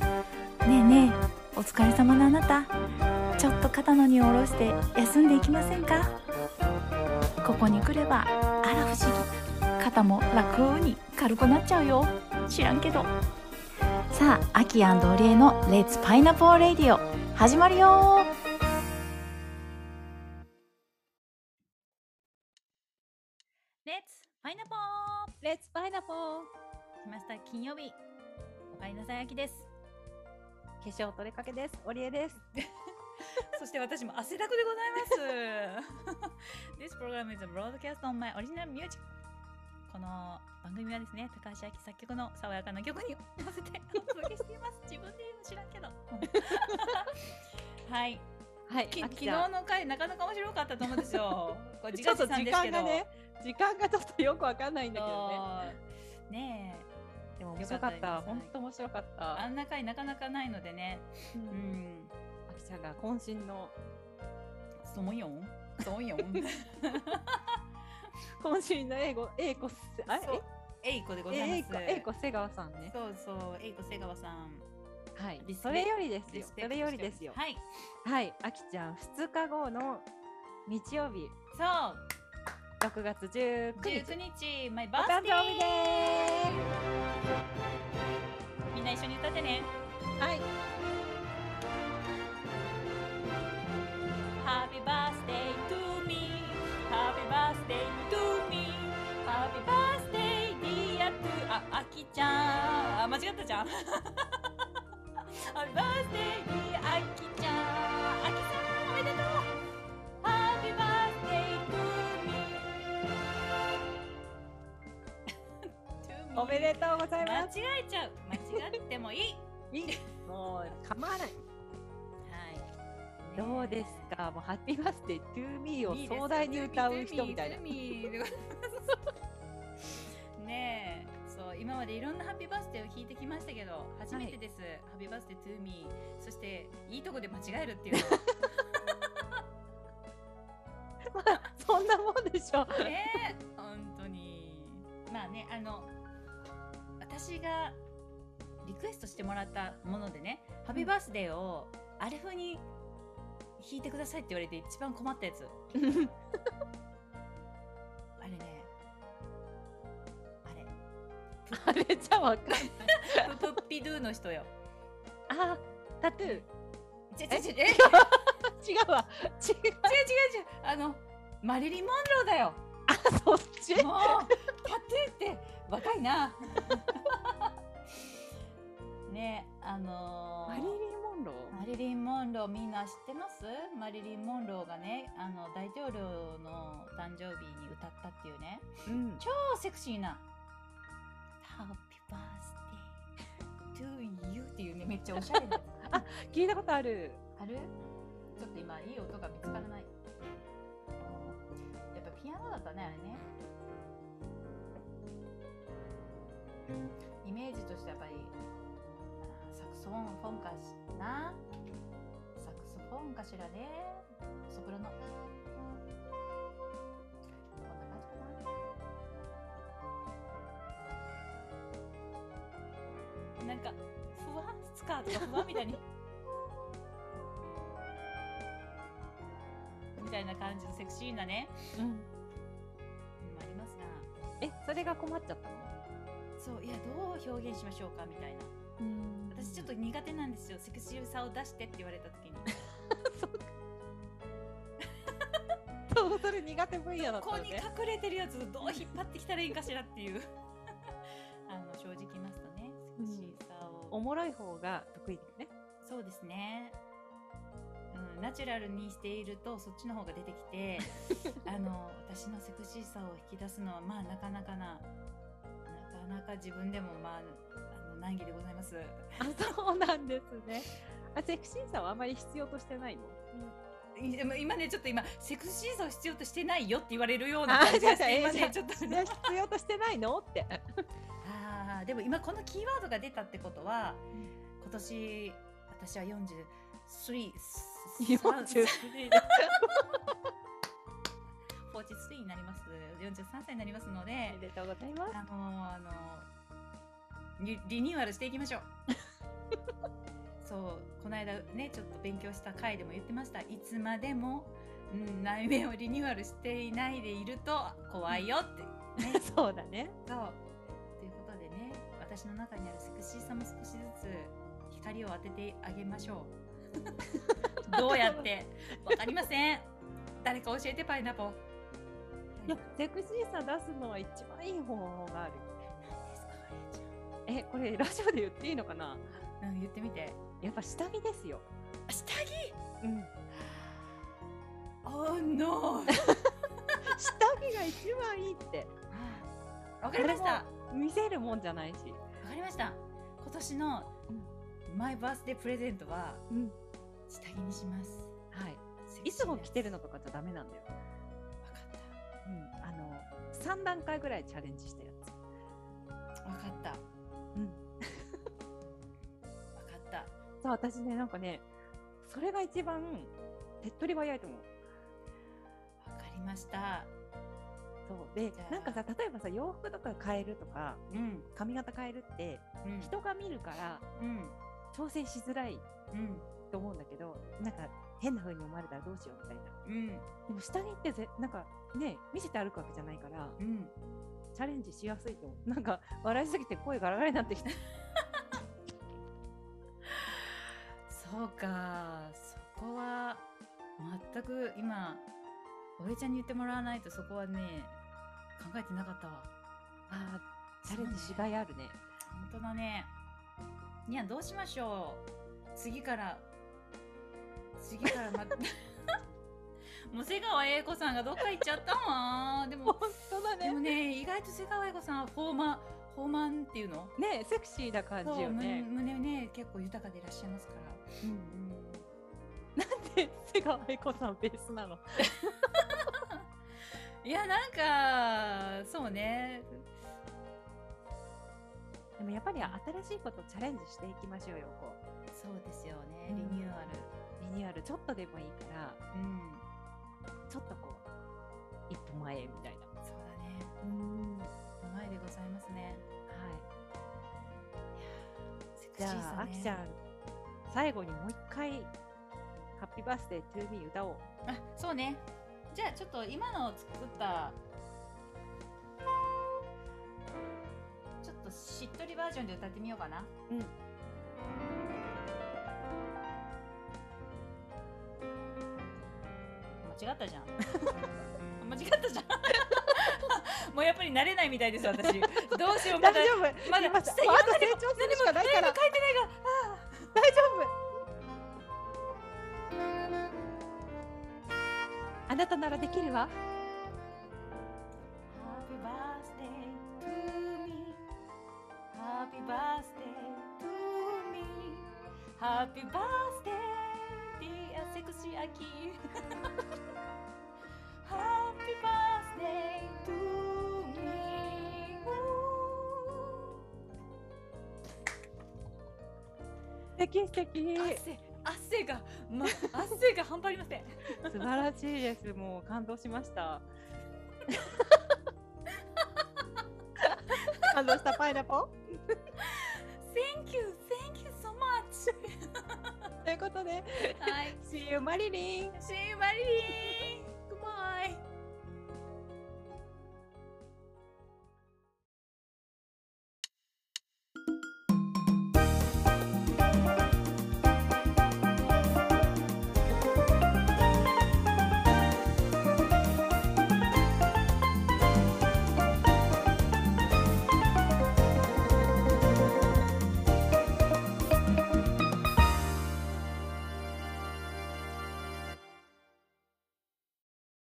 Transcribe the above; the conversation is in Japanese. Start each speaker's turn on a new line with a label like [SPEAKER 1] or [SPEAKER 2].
[SPEAKER 1] ねえねえお疲れ様のあなたちょっと肩の荷を下ろして休んでいきませんかここに来ればあら不思議肩も楽に軽くなっちゃうよ知らんけどさあアキオリエの「レッツパイナポーレディオ」始まるよレッツパイナポー
[SPEAKER 2] レッツパイナポー
[SPEAKER 1] 来ました金曜日おかえりなさいあきです
[SPEAKER 2] 化粧取れかけです。オリエです。
[SPEAKER 1] そして私も汗だくでございます。This program is a broadcast on my original music. この番組はですね、高橋明作曲の爽やかな曲に合わせてお届けしてい ます。自分で言うの知らんけど。はい。
[SPEAKER 2] はい
[SPEAKER 1] き
[SPEAKER 2] あ
[SPEAKER 1] 昨
[SPEAKER 2] き
[SPEAKER 1] 日
[SPEAKER 2] ちゃん
[SPEAKER 1] の回、なかなか面白かったと思うんです よ。これ自
[SPEAKER 2] ちょ
[SPEAKER 1] 画
[SPEAKER 2] っと
[SPEAKER 1] 自賛
[SPEAKER 2] 時
[SPEAKER 1] ですけ
[SPEAKER 2] 間
[SPEAKER 1] ど。
[SPEAKER 2] がね、時間がちょっとよくわかんないんだけどね。
[SPEAKER 1] そうね
[SPEAKER 2] でも
[SPEAKER 1] 面
[SPEAKER 2] 面
[SPEAKER 1] 白
[SPEAKER 2] 白
[SPEAKER 1] か
[SPEAKER 2] か
[SPEAKER 1] った
[SPEAKER 2] った。本当面白かっ
[SPEAKER 1] え、あ
[SPEAKER 2] た。
[SPEAKER 1] んな回なかなかないのでね。
[SPEAKER 2] う
[SPEAKER 1] うんん。
[SPEAKER 2] あきちゃんが渾身の
[SPEAKER 1] そうよん。そうよん。
[SPEAKER 2] 渾身の英語、英子せ、 あ
[SPEAKER 1] そうえいこでござい
[SPEAKER 2] え、英
[SPEAKER 1] ま
[SPEAKER 2] 子
[SPEAKER 1] す。
[SPEAKER 2] 英子瀬川さんね。
[SPEAKER 1] そうそう、えいこ瀬川さん。
[SPEAKER 2] はい
[SPEAKER 1] リス。ペ
[SPEAKER 2] それよりです
[SPEAKER 1] リ
[SPEAKER 2] よ
[SPEAKER 1] ス。ペクト
[SPEAKER 2] それよりです
[SPEAKER 1] して
[SPEAKER 2] よ
[SPEAKER 1] お。ります
[SPEAKER 2] はい。あきちゃん2日後の日曜日、
[SPEAKER 1] はい。
[SPEAKER 2] 6月19
[SPEAKER 1] そう、
[SPEAKER 2] 日
[SPEAKER 1] 19。日、マイ
[SPEAKER 2] お
[SPEAKER 1] バー
[SPEAKER 2] 誕
[SPEAKER 1] スデ
[SPEAKER 2] 生日で
[SPEAKER 1] ー。
[SPEAKER 2] ー
[SPEAKER 1] みんな一緒に歌ってね。
[SPEAKER 2] す。はい。
[SPEAKER 1] Happy birthday to me. Happy birthday to me. Happy birthday dear to あ、あきちゃん。あ、間違ったじゃん。Happy birthday dear あきちゃん。あきさん、おめでとう。Happy birthday to me.
[SPEAKER 2] おめでとうござい
[SPEAKER 1] 間
[SPEAKER 2] ま
[SPEAKER 1] 違
[SPEAKER 2] す。
[SPEAKER 1] えちゃう間違ってもいい
[SPEAKER 2] いいもう構わな
[SPEAKER 1] は
[SPEAKER 2] い。
[SPEAKER 1] い
[SPEAKER 2] どうですか、もうハッピーバースデートゥーミーを
[SPEAKER 1] いいです
[SPEAKER 2] 壮大に歌う人みたいな。
[SPEAKER 1] トゥーミートゥーミーでございますねえそう今までいろんなハッピーバースデーを弾いてきましたけど初めてです、ハッピーバースデートゥーミーそしていいとこで間違えるっていうの
[SPEAKER 2] そんなもんでしょ。
[SPEAKER 1] は ねえ本当にまあねあの私がリクエストしてもらったものでね、ハッピーバースデーをあれ風に弾いてくださいって言われて一番困ったやつあれね。あ
[SPEAKER 2] あれじゃわかんない。
[SPEAKER 1] れ。ププッピドゥの人よ。
[SPEAKER 2] あ、タトゥー。違
[SPEAKER 1] ちょちょちょ、え、違う違う違う。
[SPEAKER 2] うわ。違う。
[SPEAKER 1] あの、マリリン・モンローだよ。
[SPEAKER 2] そっち。
[SPEAKER 1] もう、タトゥーって若いな。 ねあのー
[SPEAKER 2] マリリンモンロ
[SPEAKER 1] マリリン・モンローみんな知ってますマリリン・モンローがね、あの、大統領の誕生日に歌ったっていうね。
[SPEAKER 2] ー。うん。
[SPEAKER 1] 超セクシーな「Happy Birthday to You」っていうねめっちゃおしゃれな
[SPEAKER 2] 聞いたことある。
[SPEAKER 1] あるちょっと今いい音が見つからないやっぱピアノだったねあれねイメージとしてやっぱりあーサクソフォンフォンかしなサクソフォンかしらねソプラノこんな感じかななんかふわスカートがふわみたいにみたいな感じのセクシーなね、
[SPEAKER 2] うん。
[SPEAKER 1] うん、ありますが
[SPEAKER 2] え、それが困っちゃったの。
[SPEAKER 1] そういやどう表現しましょうかみたいな
[SPEAKER 2] うん
[SPEAKER 1] 私ちょっと。苦手なんですよセクシーさを出してって言われた 時に
[SPEAKER 2] そう、それ苦手分野だっ
[SPEAKER 1] ここ
[SPEAKER 2] たの
[SPEAKER 1] に
[SPEAKER 2] ね。
[SPEAKER 1] 隠れてるやつをどう引っ張ってきたらいいんかしらって いうあの正直言いますとねセクシーさを、
[SPEAKER 2] おもろい方が得意ですね。
[SPEAKER 1] そうですね、うん、ナチュラルにしているとそっちの方が出てき てあの私のセクシーさを引き出すのはまあなかなかななかなか自分でもまああの難儀でございます
[SPEAKER 2] あ、そうなんですね。あ、セクシーさはあまり必要としてないの。
[SPEAKER 1] いでも今ねちょっと今セクシーさを必要としてないよって言われるような感じ
[SPEAKER 2] あ違う違
[SPEAKER 1] で
[SPEAKER 2] う
[SPEAKER 1] す今
[SPEAKER 2] えー
[SPEAKER 1] ねちょっと
[SPEAKER 2] ね必要としてないのって。
[SPEAKER 1] あーでも今このキーワードが出たってことは、今年私は43
[SPEAKER 2] 43
[SPEAKER 1] 43になります43歳になりますの
[SPEAKER 2] お
[SPEAKER 1] で
[SPEAKER 2] めでとうございます。
[SPEAKER 1] あのあのリリニューアルしていきましょうそうこの間ねちょっと勉強した回でも言ってましたいつまでも、うん、内面をリニューアルしていないでいると怖いよって、
[SPEAKER 2] そうだね。
[SPEAKER 1] そうということでね私の中にあるセクシーさも少しずつ光を当ててあげましょうどうやってわかりません誰か教えてパイナポはい
[SPEAKER 2] や、セクシーさ出すのは一番いい方法があるよ。
[SPEAKER 1] 何ですかあれち
[SPEAKER 2] え、これラジオで言っていいのかな
[SPEAKER 1] ゃんうん言ってみて
[SPEAKER 2] やっぱ下着ですよ。
[SPEAKER 1] 下着
[SPEAKER 2] うん。
[SPEAKER 1] Oh no
[SPEAKER 2] 下着が一番いいって。
[SPEAKER 1] わかりましたわ
[SPEAKER 2] あ見せるもんじゃない
[SPEAKER 1] か
[SPEAKER 2] し。
[SPEAKER 1] りました今年のマイバースデープレゼントは
[SPEAKER 2] うん。
[SPEAKER 1] 下着にします
[SPEAKER 2] はい。
[SPEAKER 1] セクシーで
[SPEAKER 2] い
[SPEAKER 1] す
[SPEAKER 2] つも着てるのとかじゃダメなんだよ。
[SPEAKER 1] わかった
[SPEAKER 2] うん。あの、3段階ぐらいチャレンジしたやつ。
[SPEAKER 1] わかった。
[SPEAKER 2] うん。
[SPEAKER 1] わかった。
[SPEAKER 2] そう、私ね、なんかね、それが一番手っ取り早いと思う。
[SPEAKER 1] わかりました。
[SPEAKER 2] そう。で
[SPEAKER 1] じゃ、あ
[SPEAKER 2] なんかさ、例えばさ、洋服とか変えるとか、
[SPEAKER 1] うん。
[SPEAKER 2] 髪型変えるって、
[SPEAKER 1] うん。
[SPEAKER 2] 人が見るから
[SPEAKER 1] うん。
[SPEAKER 2] 調整しづらい
[SPEAKER 1] うん。
[SPEAKER 2] と思うんだけど、なんか変な風に思われたらどうしようみたいな。
[SPEAKER 1] うん。
[SPEAKER 2] でも下着ってぜなんかね見せて歩くわけじゃないから
[SPEAKER 1] うん。
[SPEAKER 2] チャレンジしやすいと思うなんか笑いすぎて声ガラガラになってきた
[SPEAKER 1] そうか。そこは、全く今、おえちゃんに言ってもらわないとそこはね、考えてなかったわ。
[SPEAKER 2] あーチャレンジしがいあるね
[SPEAKER 1] 本当だね。いや、どうしましょう。次から、次からま、 もう瀬川栄子さんがどっか行っちゃったわ。でも、
[SPEAKER 2] 当だ
[SPEAKER 1] でもね、意外と瀬川栄子さんはフォーマ、フォーマンっていうの。
[SPEAKER 2] ねセクシーな感じよ
[SPEAKER 1] 胸
[SPEAKER 2] ね
[SPEAKER 1] 胸ね、結構豊かでいらっしゃいますから。
[SPEAKER 2] う
[SPEAKER 1] うんん、
[SPEAKER 2] で瀬川愛子さんベースなの
[SPEAKER 1] いや、なんか、そうね。
[SPEAKER 2] でもやっぱり新しいことチャレンジしていきましょうよこ
[SPEAKER 1] そうですよね。
[SPEAKER 2] う
[SPEAKER 1] リ
[SPEAKER 2] ん
[SPEAKER 1] ニューアル。
[SPEAKER 2] うリニューアルちょっとでもいいから
[SPEAKER 1] うん、
[SPEAKER 2] ちょっとこう一歩前へみたいな
[SPEAKER 1] そうだね。
[SPEAKER 2] うんは
[SPEAKER 1] うまいでございますね。
[SPEAKER 2] い
[SPEAKER 1] セクシ
[SPEAKER 2] じ
[SPEAKER 1] ー
[SPEAKER 2] ゃ
[SPEAKER 1] さ、ね。
[SPEAKER 2] あ、あきちゃん最後にもう一回ハッピーバースデートゥーミー歌おう
[SPEAKER 1] あ、そうね。じゃあ、ちょっと今の作った。ちょっとしっとりバージョンで歌ってみようかな。間違ったじゃん。 間違ったじゃん。 もうやっぱり慣れないみたいです 私。どうしようま
[SPEAKER 2] 大
[SPEAKER 1] だ
[SPEAKER 2] 丈夫。
[SPEAKER 1] まだ
[SPEAKER 2] 今
[SPEAKER 1] 下
[SPEAKER 2] さ
[SPEAKER 1] 着
[SPEAKER 2] もうあと
[SPEAKER 1] まだ
[SPEAKER 2] 成長するしかないから。
[SPEAKER 1] 書いてないが。
[SPEAKER 2] 大丈夫。あなたならできるわ。
[SPEAKER 1] Happy birthday to me. Happy birthday to me. Happy birthday, dear sexy Aki. Happy birthday to me.
[SPEAKER 2] 素敵素敵。
[SPEAKER 1] 汗、汗が、ま、汗が半端ありません。
[SPEAKER 2] 素晴らしいです。もう感動しました。 感動したパイナポ。
[SPEAKER 1] Thank you, thank you so much.
[SPEAKER 2] ということで、
[SPEAKER 1] はい、
[SPEAKER 2] See you マリリン。
[SPEAKER 1] シーマリリン。